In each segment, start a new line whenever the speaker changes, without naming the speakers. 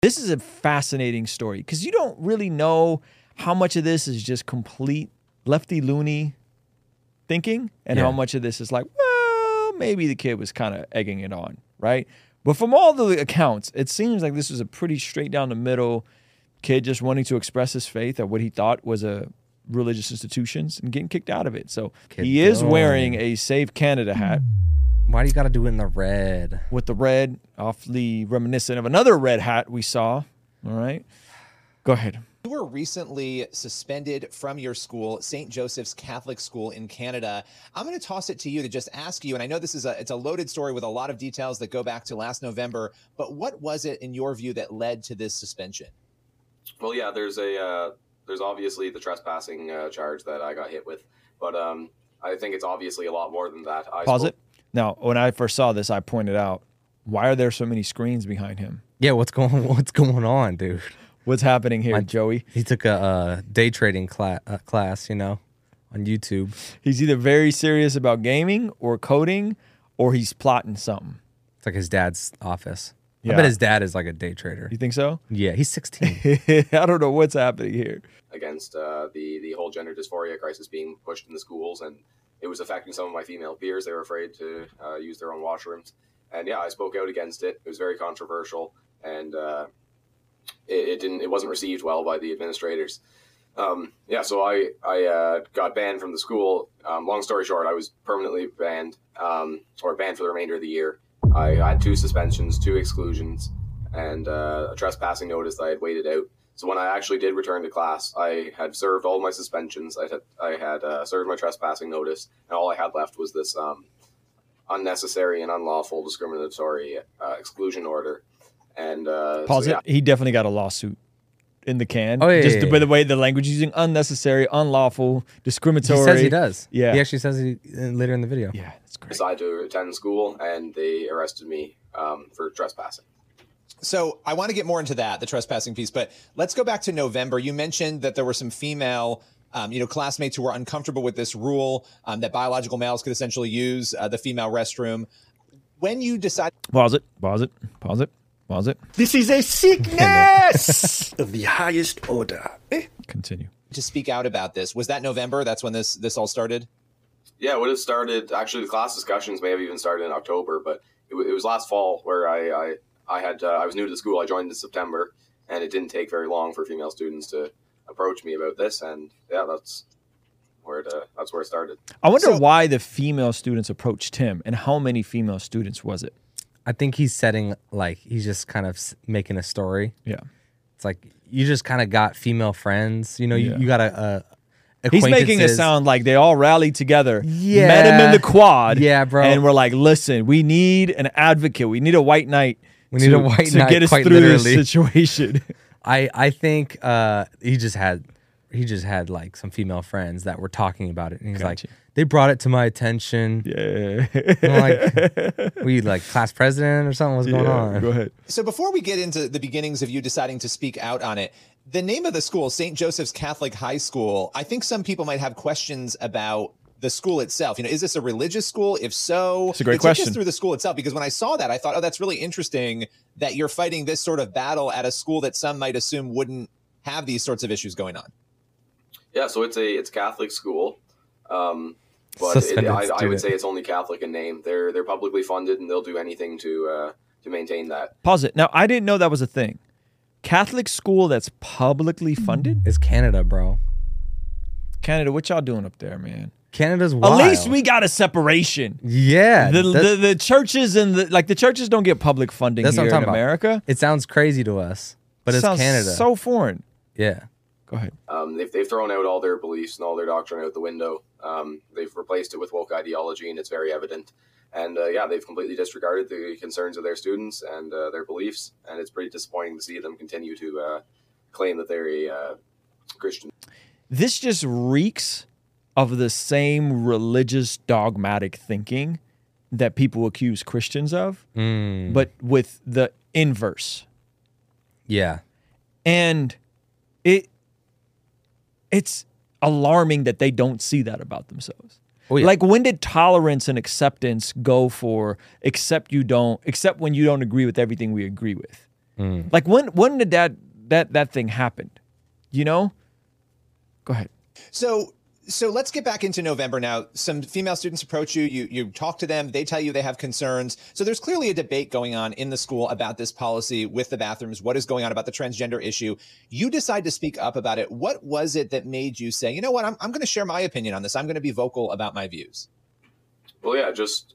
This is a fascinating story because you don't really know how much of this is just complete lefty loony thinking and how
Yeah.
much of this is like, well, maybe the kid was kind of egging it on, right? But from all the accounts, it seems like this was a pretty straight down the middle kid just wanting to express his faith at what he thought was a religious institutions and getting kicked out of it. So
Kid
he is
going.
wearing a Save Canada hat
Why do you got to do it in the red?
with the red, awfully reminiscent of another red hat we saw. All right. Go ahead.
You were recently suspended from your school, St. Joseph's Catholic School in Canada. I'm going to toss it to you to just ask you, and I know this is a it's a loaded story with a lot of details that go back to last November, but what was it in your view that led to this suspension?
Well, yeah, there's a uh, there's obviously the trespassing uh, charge that I got hit with, but um, I think it's obviously a lot more than that. I
Pause
spoke-
it. Now, when I first saw this, I pointed out, why are there so many screens behind him?
Yeah, what's going what's going on, dude?
What's happening here, Joey?
He took a uh, day trading cla- uh, class, you know, on YouTube.
He's either very serious about gaming or coding, or he's plotting something.
It's like his dad's office. I
Yeah.
bet his dad is like a day trader.
You think so?
Yeah, he's 16.
I don't know what's happening here.
against uh, the the whole gender dysphoria crisis being pushed in the schools, and it was affecting some of my female peers. They were afraid to uh, use their own washrooms, and yeah, I spoke out against it. It was very controversial, and uh, it, it didn't it wasn't received well by the administrators. Um, yeah, so I I uh, got banned from the school. Um, long story short, I was permanently banned um, or banned for the remainder of the year. I had two suspensions, two exclusions, and uh, a trespassing notice that I had waited out. So when I actually did return to class, I had served all my suspensions. I had I had uh, served my trespassing notice, and all I had left was this um, unnecessary and unlawful discriminatory uh, exclusion order. And uh, so,
Pause
yeah,
it. He definitely got a lawsuit in the can.
Oh, yeah,
Just
yeah,
by
yeah.
the way the language he's using unnecessary, unlawful,
he
discriminatory.
says he does.
Yeah.
He actually says he uh, later in the video.
Yeah, that's great.
decided to attend school, and they arrested me um, for trespassing.
So I want to get more into that, the trespassing piece, but let's go back to November. You mentioned that there were some female, um, you know, classmates who were uncomfortable with this rule um, that biological males could essentially use uh, the female restroom. When you decided
Pause it. Pause it. Pause it. Pause it.
This is a sickness of the highest order. Eh?
Continue.
to speak out about this, was that November? That's when this this all started.
Yeah, it would have started. Actually, the class discussions may have even started in October, but it, wa- it was last fall where I I, I had uh, I was new to the school. I joined in September, and it didn't take very long for female students to approach me about this. And yeah, that's where it, uh, that's where it started.
I wonder
So-
why the female students approached him and how many female students was it?
I think he's setting like he's just kind of s- making a story.
Yeah.
It's like you just kind of got female friends. You know,
Yeah.
you, you got a. Uh,
He's making it
acquaintances.
sound like they all rallied together, met him in
Yeah.
the quad,
Yeah, bro.
and we're like, "Listen, we need an advocate. We need a white knight.
We need
to-
a white
to
knight,
get us
quite
through
literally.
this situation."
I I think uh, he just had he just had like some female friends that were talking about it, and he's
Gotcha.
like, they brought it to my attention.
yeah,
And I'm like, were you like class president or something? What's going on?
go ahead.
So before we get into the beginnings of you deciding to speak out on it, the name of the school, St. Joseph's Catholic High School, I think some people might have questions about the school itself. You know, is this a religious school? If so,
It's a great
but take us
question.
through the school itself because when I saw that, I thought, oh, that's really interesting that you're fighting this sort of battle at a school that some might assume wouldn't have these sorts of issues going on.
Yeah, so it's a it's a Catholic school, um, but it,
Suspended
I, I would
student.
say it's only Catholic in name. They're they're publicly funded, and they'll do anything to uh, to maintain that.
Pause it. Now, I didn't know that was a thing. Catholic school that's publicly funded.
It's Canada, bro.
Canada, what y'all doing up there, man?
Canada's wild.
At least we got a separation.
Yeah.
The,
that-
the the churches and the like the churches don't get public funding
That's what
here
I'm
in
talking about.
America.
it sounds crazy to us, but it's
Sounds
Canada.
so foreign.
yeah.
Go ahead.
Um, they've, they've thrown out all their beliefs and all their doctrine out the window. Um, they've replaced it with woke ideology, and it's very evident. And uh, yeah, they've completely disregarded the concerns of their students and uh, their beliefs, and it's pretty disappointing to see them continue to uh, claim that they're a uh, Christian.
this just reeks of the same religious dogmatic thinking that people accuse Christians of,
Mm,
but with the inverse.
yeah.
And it it's alarming that they don't see that about themselves.
Oh, yeah.
Like when did tolerance and acceptance go for except you don't except when you don't agree with everything we agree with?
Hmm.
Like when when did that that that thing happen? You know? Go ahead.
So so let's get back into November now. Some female students approach you, you you talk to them, they tell you they have concerns. So there's clearly a debate going on in the school about this policy with the bathrooms, what is going on about the transgender issue. You decide to speak up about it. What was it that made you say, you know what, I'm, I'm going to share my opinion on this. I'm going to be vocal about my views.
Well, yeah, just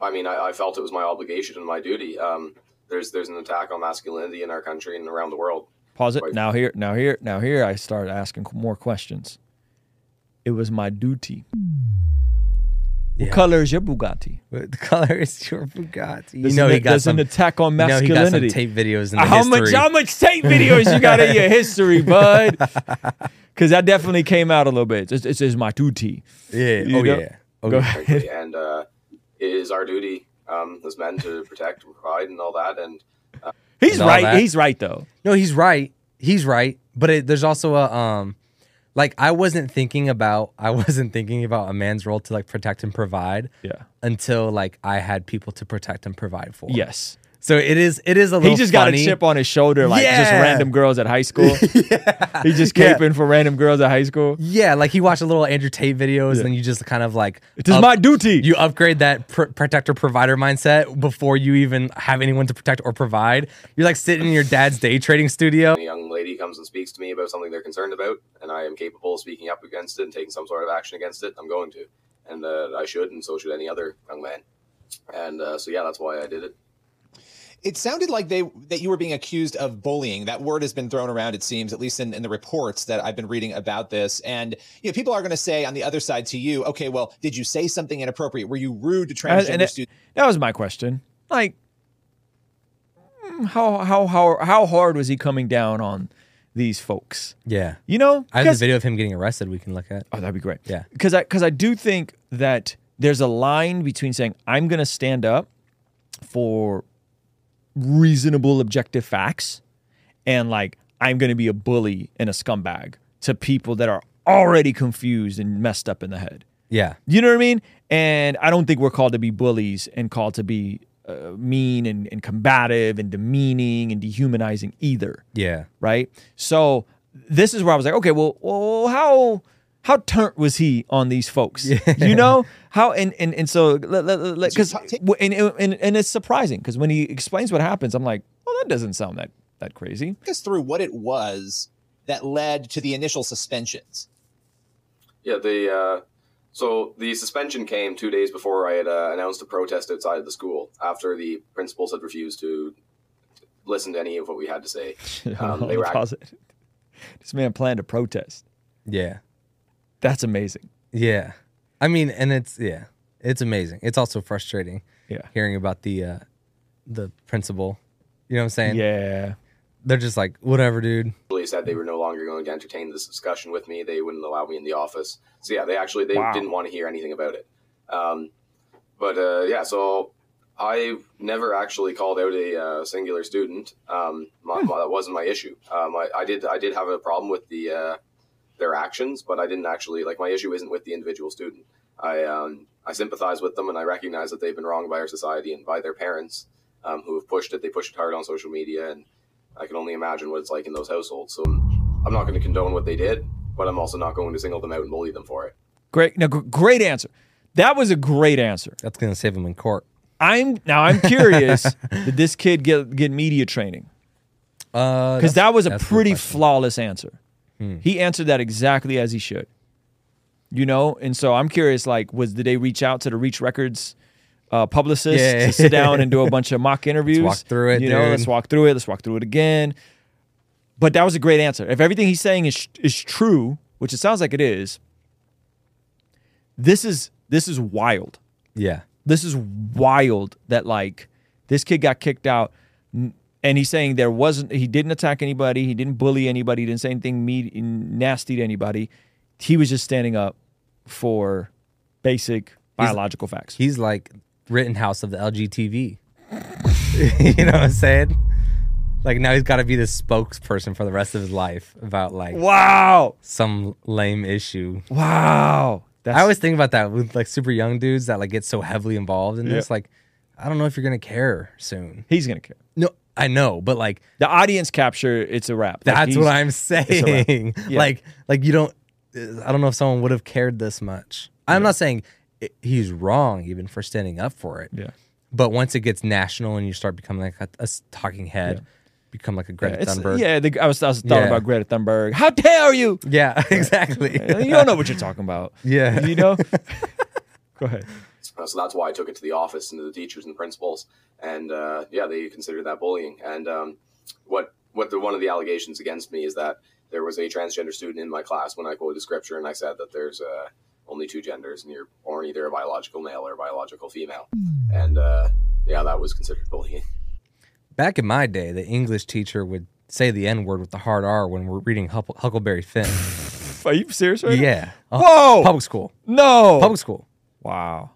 I mean, I, I felt it was my obligation and my duty. Um, there's there's an attack on masculinity in our country and around the world.
Pause it.
Right.
Now here, now here, now here I started asking more questions. It was my duty. What color is your Bugatti?
What the color is your Bugatti? You
There's
know
an, e,
he got
there's
some.
an attack on
you know he
masculinity.
got some tape videos in the
how
history.
much how much tape videos you got in your history, bud? Because that definitely came out a little bit. It's, it's, it's my duty.
yeah.
you
Oh
know?
yeah. Oh
Go
yeah.
ahead.
frankly. and uh, it is our duty um, as men to protect and provide and all that. And
He's
And all
right.
that.
He's right though.
No, he's right. He's right. But it, there's also a um, like I wasn't thinking about I wasn't thinking about a man's role to like protect and provide
Yeah.
until like I had people to protect and provide for.
Yes.
So it is it is a little.
He just got
funny.
a chip on his shoulder, like just
Yeah.
random girls at high school. He's just
Yeah.
caping for random girls at high school.
Yeah, like he watched a little Andrew Tate videos, and you just kind of like
It is
up-
my duty.
You upgrade that pr- protector provider mindset before you even have anyone to protect or provide. You're like sitting in your dad's day trading studio.
when a young lady comes and speaks to me about something they're concerned about, and I am capable of speaking up against it and taking some sort of action against it, I'm going to, and uh, I should, and so should any other young man. And uh, so yeah, that's why I did it.
It sounded like they that you were being accused of bullying. That word has been thrown around, it seems, at least in, in the reports that I've been reading about this. And you know, people are going to say on the other side to you, okay, well, did you say something inappropriate? Were you rude to
And-
transgender
and it-
students?
that was my question. Like, mm, how how how how hard was he coming down on these folks?
Yeah,
You know,
I have
Because-
the video of him getting arrested. We can look at.
Oh, that'd be great.
Yeah.
Because I because I do think that there's a line between saying I'm going to stand up for reasonable, objective facts, and like I'm going to be a bully and a scumbag to people that are already confused and messed up in the head.
Yeah,
You know what I mean? And I don't think we're called to be bullies and called to be uh, mean and, and combative and demeaning and dehumanizing either
yeah,
right? So this is where I was like, okay, well, well how how turnt was he on these folks? You know how and and and so because and, and and it's surprising because when he explains what happens, I'm like, well, that doesn't sound that that crazy.
Walk us through what it was that led to the initial suspensions.
Yeah, the uh, so the suspension came two days before I had uh, announced a protest outside of the school after the principals had refused to listen to any of what we had to say. Um, they were act-
Pause it. This man planned a protest.
yeah,
That's amazing.
yeah. I mean, and it's yeah, it's amazing. It's also frustrating
Yeah.
hearing about the uh, the principal. You know what I'm saying?
Yeah.
They're just like whatever, dude.
They said they were no longer going to entertain this discussion with me. They wouldn't allow me in the office. So yeah, they actually they
Wow.
didn't want to hear anything about it. Um, but uh, yeah, so I never actually called out a uh, singular student. Um, my, my- that wasn't my issue. Um, I, I did I did have a problem with the uh, their actions, but I didn't actually like my issue isn't with the individual student. I um, I sympathize with them and I recognize that they've been wronged by our society and by their parents um, who have pushed it. They pushed it hard on social media, and I can only imagine what it's like in those households. So I'm not going to condone what they did, but I'm also not going to single them out and bully them for it.
Great. No, gr- great answer. That was a great answer.
That's gonna save him in court.
I'm now I'm curious did this kid get get media training?
Uh,
Because that was a
that's a good
pretty
question. Hmm.
flawless answer. He answered that exactly as he should. You know, and so I'm curious. Like, was did they reach out to the Reach Records uh, publicist
Yeah.
to sit down and do a bunch of mock interviews?
walk through it,
You know,
dude.
let's walk through it. Let's walk through it again. But that was a great answer. If everything he's saying is is true, which it sounds like it is, this is this is wild
yeah.
this is wild that like this kid got kicked out n- and he's saying there wasn't he didn't attack anybody he didn't bully anybody he didn't say anything me- nasty to anybody he was just standing up for basic biological facts
He's like Rittenhouse of the LGTV. you know what I'm saying? Like now he's got to be the spokesperson for the rest of his life about like
wow
some lame issue.
wow that's
I always think about that with like super young dudes that like get so heavily involved in this. Like, I don't know if you're gonna care soon.
he's gonna care
No, I know, but like
The audience capture, it's a wrap. Like,
that's
he's-
what I'm
wrap.
saying.
Yeah.
Like like you don't. I don't know if someone would have cared this much. I'm not saying it, he's wrong even for standing up for it.
Yeah.
But once it gets national and you start becoming like a, a s- talking head, become like a Greta
Yeah, it's-
Thunberg.
yeah, the, I was, I was talking
Yeah.
about Greta Thunberg. How dare you?
Yeah, exactly.
You don't know what you're talking about.
Yeah.
You know? Go ahead.
Uh, so that's why I took it to the office and to the teachers and principals. And uh, yeah, they considered that bullying. And um, what what the, one of the allegations against me is that there was a transgender student in my class when I quoted scripture and I said that there's uh, only two genders and you're born either a biological male or a biological female. And uh, yeah, that was considered bullying.
Back in my day, the English teacher would say the N word with the hard R when we're reading Huckle- Huckleberry Finn.
Are you serious right now?
yeah.
Whoa!
Oh, Public school.
No.
Public school.
wow.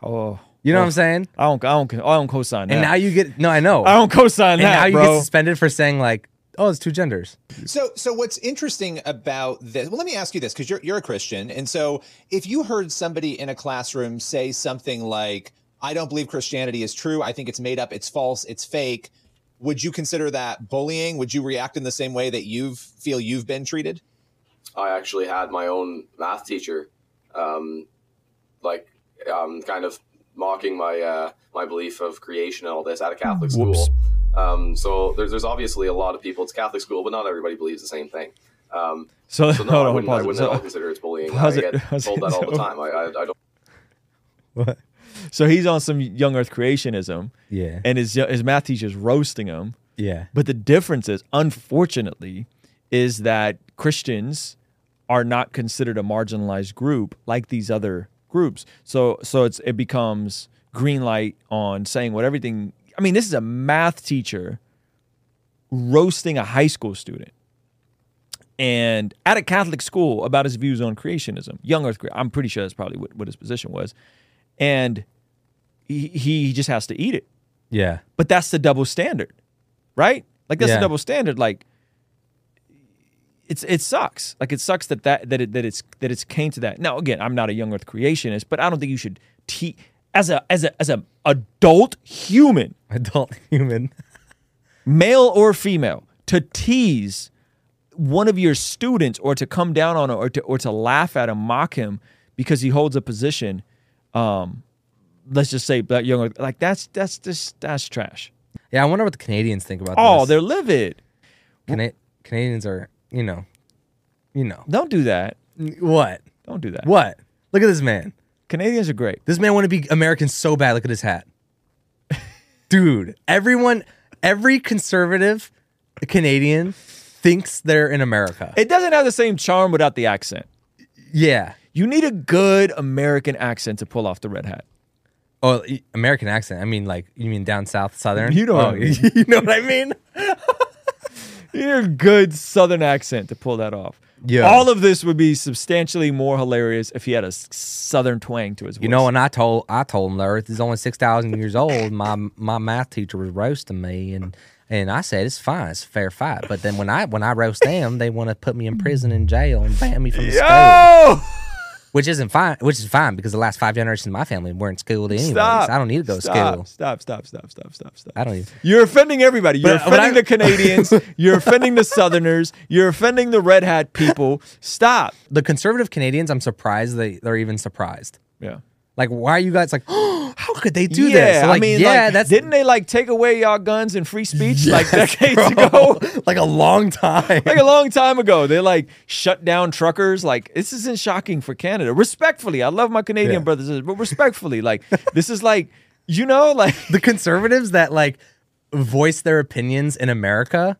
Oh.
You know what I'm saying?
I don't. I don't. I don't co-sign that.
And now you get no, I know.
I don't co-sign
and
that,
now you
bro.
get suspended for saying like, oh, it's two genders.
Mm-hmm. So, so what's interesting about this? Well, let me ask you this because you're you're a Christian, and so if you heard somebody in a classroom say something like, "I don't believe Christianity is true. I think it's made up. It's false. It's fake," would you consider that bullying? Would you react in the same way that you feel you've been treated?
I actually had my own math teacher, um, like um, kind of mocking my uh, my belief of creation and all this at a Catholic school.
Hmm. Whoops.
Um, so there's there's obviously a lot of people. It's Catholic school, but not everybody believes the same thing. Um,
so,
so no,
hold
I
on,
wouldn't, I
pause it.
wouldn't at all
So,
consider it's bullying. I
pause it,
get
pause
told
it,
that all
no.
the time. I, I, I don't.
What?
so he's on some young Earth creationism,
Yeah.
and his his math teacher's roasting him.
Yeah.
But the difference is, unfortunately, is that Christians are not considered a marginalized group like these other groups. So so it's it becomes green light on saying what everything. I mean, this is a math teacher roasting a high school student. And at a Catholic school about his views on creationism, young Earth, cre- I'm pretty sure that's probably what, what his position was, and he, he just has to eat it.
Yeah.
But that's the double standard, right? Like that's
Yeah.
the double standard. Like it's it sucks. Like it sucks that that that it, that it's that it's came to that. Now again, I'm not a young Earth creationist, but I don't think you should teach as a as a as a adult human,
Adult human.
male or female, to tease one of your students or to come down on him or to or to laugh at him, mock him because he holds a position. Um, let's just say that young Earth- like that's that's just that's trash.
Yeah, I wonder what the Canadians think about
Oh,
this.
they're livid.
Cana- Canadians are, you know, you know.
Don't do that.
What?
Don't do that.
What? Look at this man.
Canadians are great.
This man want to be American so bad. Look at his hat. Dude, everyone, every conservative Canadian thinks they're in America.
It doesn't have the same charm without the accent.
yeah.
You need a good American accent to pull off the red hat.
Oh, e- American accent. I mean, like, you mean down south, southern?
You know what
oh,
I mean.
you know what I mean?
You need a good Southern accent to pull that off.
Yeah.
All of this would be substantially more hilarious if he had a s- Southern twang to his voice.
You know, and I told I told him the Earth is only six thousand years old. My my math teacher was roasting me, and and I said it's fine, it's a fair fight. But then when I when I roast them, they want to put me in prison and jail and ban me from the school.
Yo!
which isn't fine. Which is fine because the last five generations of my family weren't schooled anyways.
Stop.
I don't need to go to
stop,
school.
Stop, stop, stop, stop, stop, stop.
I don't even.
You're offending everybody. You're
But- but
offending
I-
the Canadians. you're offending the Southerners. You're offending the red hat people. Stop.
The conservative Canadians, I'm surprised they they're even surprised.
Yeah.
Like, why are you guys like? Oh, how could they do
yeah,
this? Like,
I mean,
yeah,
like,
that's
didn't they like take away y'all guns and free speech like
Yes,
decades
bro.
ago?
like a long time.
Like a long time ago, they like shut down truckers. Like this isn't shocking for Canada. Respectfully, I love my Canadian
Yeah.
brothers, and sisters, but respectfully, like this is like you know, like
the conservatives that like voice their opinions in America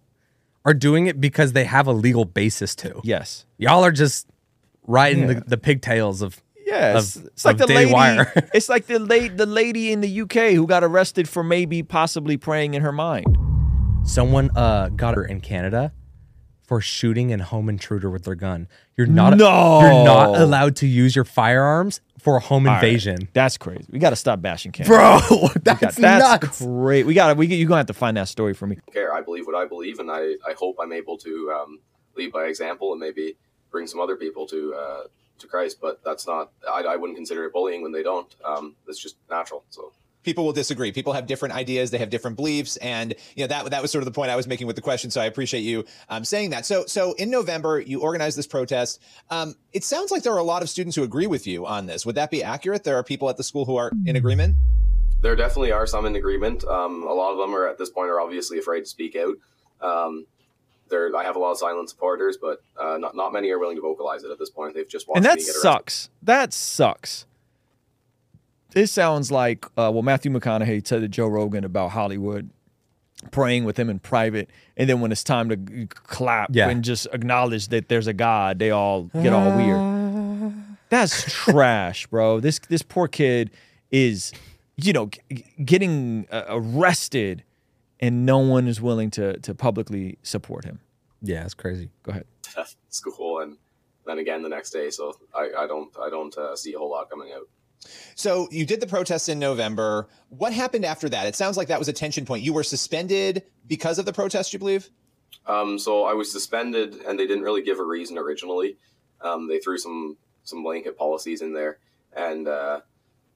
are doing it because they have a legal basis to.
yes,
Y'all are just riding the, the pigtails of
yeah. It's,
of,
it's like
of
the
Daily
lady.
Wire.
it's like the late the lady in the UK who got arrested for maybe possibly praying in her mind.
Someone uh got her in Canada for shooting a home intruder with their gun. You're not
No.
you're not allowed to use your firearms for a home invasion.
That's crazy. We got to stop bashing Canada.
Bro, that's,
That's
nuts.
great. We got to. We you gonna have to find that story for me.
care. I believe what I believe, and I, I hope I'm able to um, lead by example and maybe bring some other people to uh, to Christ. But that's not. I, I wouldn't consider it bullying when they don't. Um, it's just natural. So
people will disagree. People have different ideas, they have different beliefs, and you know that that was sort of the point I was making with the question. So I appreciate you um, saying that. So so in November you organized this protest. Um, it sounds like there are a lot of students who agree with you on this. Would that be accurate? There are people at the school who are in agreement.
There definitely are some in agreement. Um, a lot of them are at this point are obviously afraid to speak out. Um, there, I have a lot of silent supporters, but uh, not not many are willing to vocalize it at this point. They've just watched
and
me
that
get arrested.
sucks. That sucks. This sounds like uh, well, Matthew McConaughey said to Joe Rogan about Hollywood praying with him in private, and then when it's time to clap
Yeah.
and just acknowledge that there's a God, they all get all weird. That's trash, bro. This this poor kid is, you know, g- g- getting uh, arrested, and no one is willing to to publicly support him.
Yeah, it's crazy.
Go ahead.
school and then again the next day. So I, I don't I don't uh, see a whole lot coming out.
So you did the protest in November. What happened after that? It sounds like that was a tension point. You were suspended because of the protest. You believe?
Um, so I was suspended, and they didn't really give a reason originally. Um, they threw some some blanket policies in there, and uh,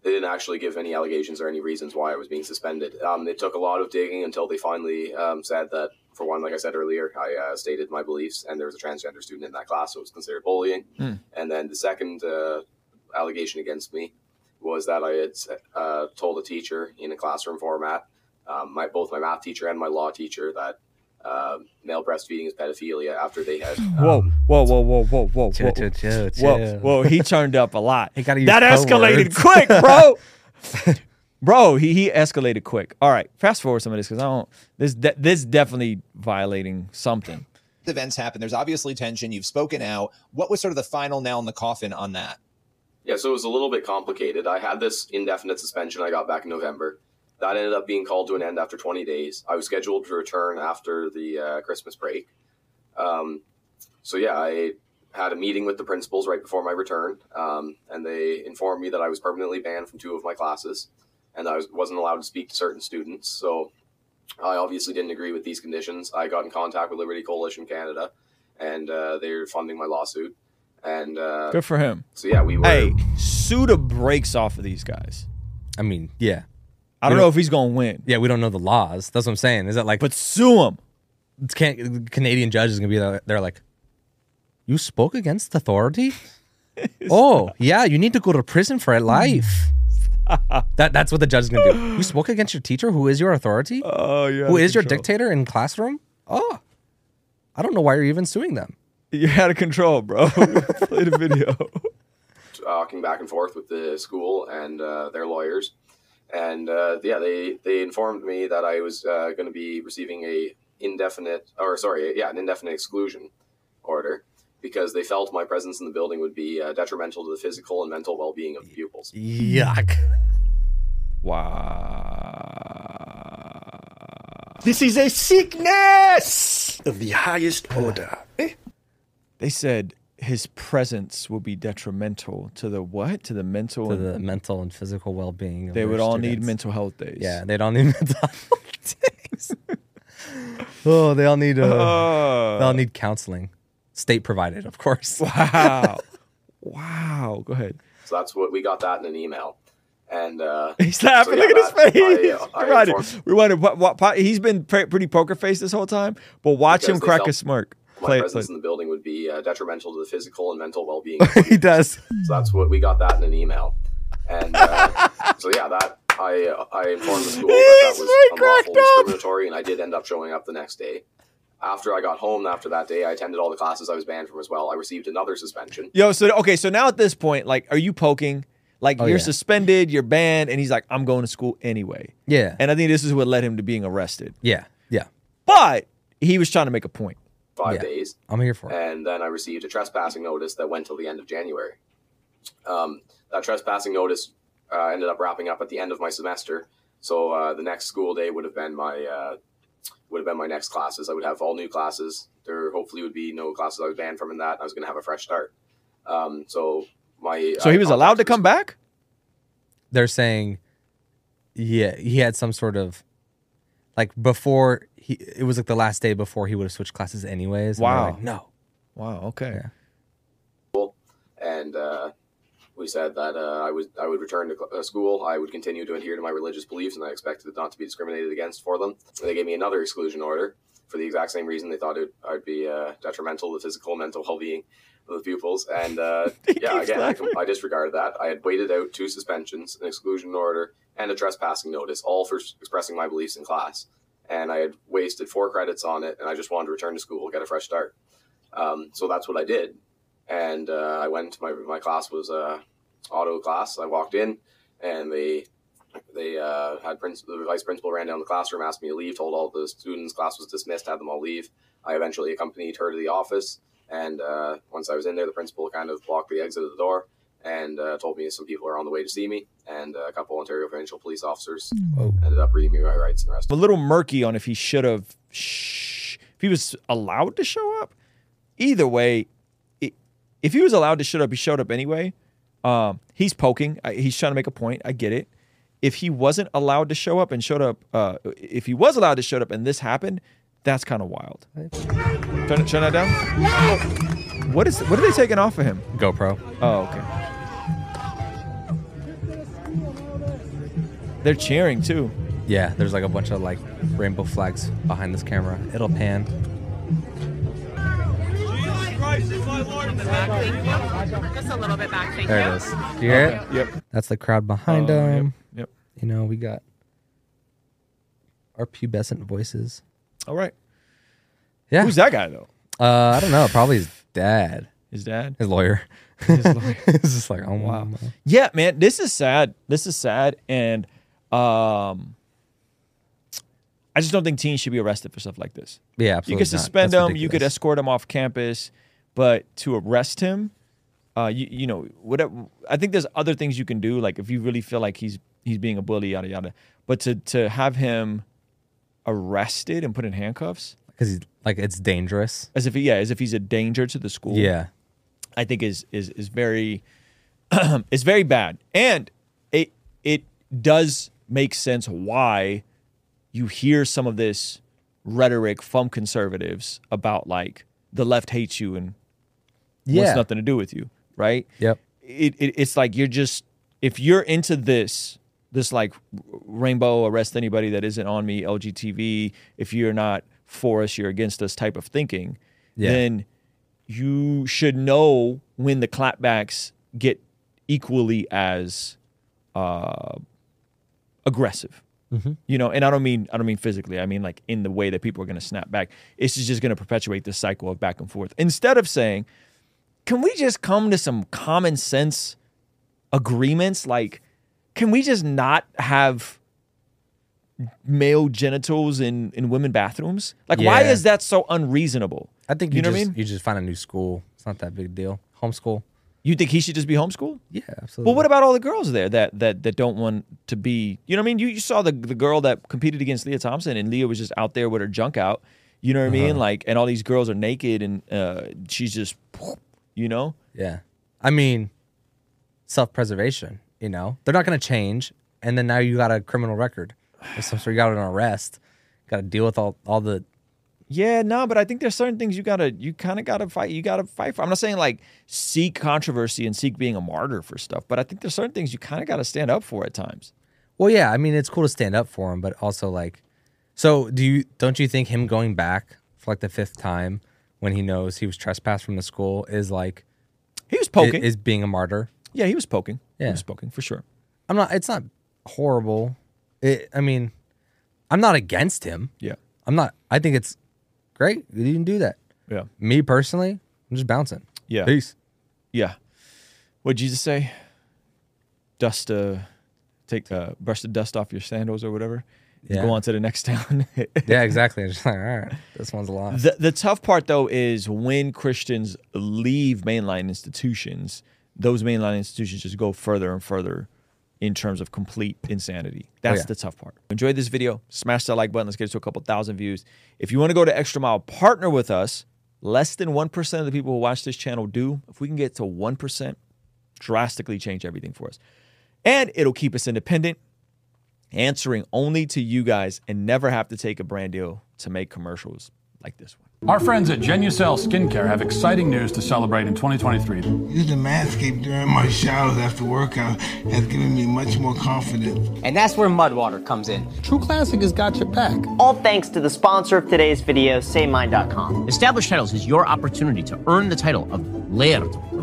they didn't actually give any allegations or any reasons why I was being suspended. Um, it took a lot of digging until they finally um, said that, for one, like I said earlier, I uh, stated my beliefs, and there was a transgender student in that class, so it was considered bullying.
Hmm.
And then the second uh, allegation against me was that I had uh, told a teacher in a classroom format, um, my, both my math teacher and my law teacher, that uh, male breastfeeding is pedophilia after they had. Um,
Whoa, whoa, whoa, whoa, whoa, whoa,
Chill,
whoa.
chill, chill,
Whoa,
chill.
whoa, he turned up a lot.
He gotta use
that
code
escalated
words.
quick, bro. bro, he, he escalated quick. All right, fast forward some of this because I don't. This de- this definitely violating something.
Events happen. There's obviously tension. You've spoken out. What was sort of the final nail in the coffin on that?
Yeah, so it was a little bit complicated. I had this indefinite suspension I got back in November. That ended up being called to an end after 20 days. I was scheduled to return after the uh, Christmas break. Um, so, yeah, I had a meeting with the principals right before my return, um, and they informed me that I was permanently banned from two of my classes and I was, wasn't allowed to speak to certain students. So, I obviously didn't agree with these conditions. I got in contact with Liberty Coalition Canada, and uh, they're funding my lawsuit. And uh,
Good for him.
so, yeah, we were.
Hey, sue the brakes off of these guys.
I mean, yeah,
I don't know if he's gonna win,
yeah. We don't know the laws. That's what I'm saying. Is that like,
but sue him.
it's can't, Canadian judges gonna be there? They're like, you spoke against authority. oh yeah, you need to go to prison for life. that that's what the judge is gonna do. You spoke against your teacher, who is your authority,
Oh yeah.
who is your dictator in classroom. Oh, I don't know why you're even suing them.
You're out of control, bro. Play the video.
talking back and forth with the school and uh, their lawyers, and uh, yeah, they they informed me that I was uh, going to be receiving a indefinite or sorry, yeah, an indefinite exclusion order because they felt my presence in the building would be uh, detrimental to the physical and mental well being of the pupils.
Yuck.
Wow.
This is a sickness of the highest order. Eh?
They said his presence will be detrimental to the what? To the mental.
To
and-
the mental and physical well being.
They would all need mental health days.
Yeah, they don't need mental health days. oh, they all need uh, they all
Oh,
need counseling, state provided, of course.
wow. wow. Go ahead.
So that's what we got that in an email, and uh,
He's laughing.
So, yeah,
Look at
that-
his face.
I, uh, I
rewind it.
informed-
Rewind it. What- what- po- He's been pre- pretty poker face this whole time, but watch
Because
him
they
crack
felt
a smirk.
my
Play it. Play
presence
it.
in the building would be uh, detrimental to the physical and mental well being
he does.
So that's what we got that in an email, and uh, so yeah, that I uh, I informed the school that that
He's
was
right
unlawful,
cracked up.
discriminatory, and I did end up showing up the next day. After I got home, after that day, I attended all the classes I was banned from as well. I received another suspension.
Yo, so okay, so now at this point, like, are you poking? Like,
Oh,
you're
yeah.
suspended, you're banned, and he's like, I'm going to school anyway.
Yeah.
And I think this is what led him to being arrested.
yeah. Yeah.
But he was trying to make a point.
Five
Yeah.
days.
I'm here for it.
and then I received a trespassing notice that went till the end of January. Um, that trespassing notice uh, ended up wrapping up at the end of my semester, so uh, the next school day would have been my uh, would have been my next classes. I would have all new classes. There hopefully would be no classes I was banned from in that. I was going to have a fresh start. Um, so my
So he was allowed to come back?
They're saying yeah, he had some sort of like before he it was like the last day before he would have switched classes anyways. and they're
Wow.
like, no.
Wow, okay.
Yeah.
and uh, we said that uh, I was I would return to cl- uh, school. I would continue to adhere to my religious beliefs, and I expected not to be discriminated against for them. And they gave me another exclusion order for the exact same reason. They thought it would be uh, detrimental to physical and mental well being of the pupils. And uh, yeah,
keeps
again, I, com- I disregarded that. I had waited out two suspensions, an exclusion order, and a trespassing notice, all for s- expressing my beliefs in class. And I had wasted four credits on it, and I just wanted to return to school, get a fresh start. Um, so that's what I did. And uh, I went. My my class was uh, auto class. I walked in, and they they uh, had princi- the vice principal ran down the classroom, asked me to leave, told all the students class was dismissed, had them all leave. I eventually accompanied her to the office, and uh, once I was in there, the principal kind of blocked the exit of the door and uh, told me some people are on the way to see me, and uh, a couple Ontario provincial police officers
Whoa.
ended up reading me my rights and arrested.
a little murky on if he should have sh- if he was allowed to show up either way i- if he was allowed to show up he showed up anyway um, he's poking I, he's trying to make a point i get it if he wasn't allowed to show up and showed up uh, if he was allowed to show up and this happened that's kind of wild turn, it- turn that down what is what are they taking off of him
GoPro.
oh okay they're cheering too
Yeah, there's like a bunch of like rainbow flags behind this camera. It'll pan.
Just a little bit back, thank
There
you.
it is. Do you hear it?
yep
That's the crowd behind
Uh, yep,
him.
yep.
You know, we got our pubescent voices.
all right
Yeah.
Who's that guy though?
Uh, I don't know. Probably his dad,
His dad?
his lawyer. His lawyer. it's just like, oh wow.
Yeah, man. This is sad. This is sad. And um I just don't think teens should be arrested for stuff like this.
Yeah, absolutely.
you could
not.
suspend
That's
him, you could
ridiculous.
escort him off campus, but to arrest him, uh, you you know, whatever. I think there's other things you can do, like if you really feel like he's he's being a bully, yada yada. But to to have him arrested and put in handcuffs,
because he's like it's dangerous.
as if he, yeah, as if he's a danger to the school.
Yeah,
I think is is is very is very bad. And it it does make sense why you hear some of this rhetoric from conservatives about like the left hates you and
yeah.
wants nothing to do with you, right?
Yep.
It, it it's like you're just if you're into this this like r- rainbow arrest anybody that isn't on me LGTV if you're not for us you're against us type of thinking,
Yeah.
then you should know when the clapbacks get equally as uh, aggressive. You know, and I don't mean I don't mean physically. I mean like in the way that people are going to snap back. It's just going to perpetuate this cycle of back and forth. Instead of saying, "Can we just come to some common sense agreements?" Like, can we just not have male genitals in in women bathrooms? Like, why
Yeah.
is that so unreasonable?
I think
you
you,
know
just,
what I mean.
You just find a new school. It's not that big a deal. Homeschool.
You think he should just be homeschooled?
Yeah, absolutely.
But what about all the girls there that that that don't want to be? You know what I mean? You, you saw the the girl that competed against Leah Thompson, and Leah was just out there with her junk out. You know what I mean? Like, and all these girls are naked, and uh, she's just, you know,
Yeah. I mean, self preservation, you know? They're not going to change. And then now you got a criminal record. Of some sort. You got an arrest. Got to deal with all, all the.
yeah, no. But I think there's certain things you gotta, you kind of gotta fight. You gotta fight for. I'm not saying like seek controversy and seek being a martyr for stuff, but I think there's certain things you kind of gotta stand up for at times.
Well, yeah. I mean, it's cool to stand up for him, but also like. So do you don't you think him going back for like the fifth time when he knows he was trespassed from the school is like
He was
i-
poking.
is being a martyr?
yeah, he was poking.
Yeah.
He was poking for sure.
I'm not. It's not horrible. It, I mean, I'm not against him.
Yeah,
I'm not. I think it's great that he didn't do that.
yeah,
Me personally, I'm just bouncing.
yeah.
Peace.
Yeah. What did Jesus say? Dust, uh, take, uh, brush the dust off your sandals or whatever. and
Yeah.
Go on to the next town.
Yeah, exactly. Just like, all right, this one's a lot.
the, the tough part though is when Christians leave mainline institutions, those mainline institutions just go further and further in terms of complete insanity. That's
yeah.
the tough part. Enjoy this video. Smash that like button. Let's get it to a couple thousand views. If you want to go to Extra Mile, partner with us. Less than 1% of the people who watch this channel do. If we can get to 1%, drastically change everything for us. And it'll keep us independent, answering only to you guys and never have to take a brand deal to make commercials like this one.
Our friends at Genucel Skincare have exciting news to celebrate in 2023.
Using Manscaped during my showers after workout has given me much more confidence.
And that's where Mudwater comes in.
True Classic has got your back.
All thanks to the sponsor of today's video, SayMine.com.
Established Titles is your opportunity to earn the title of Laird or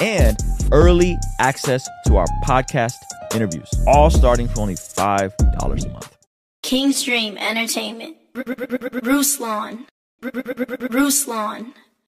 and early access to our podcast interviews, all starting for only $5 a month.
King's Dream Entertainment, Ruslan, Ruslan.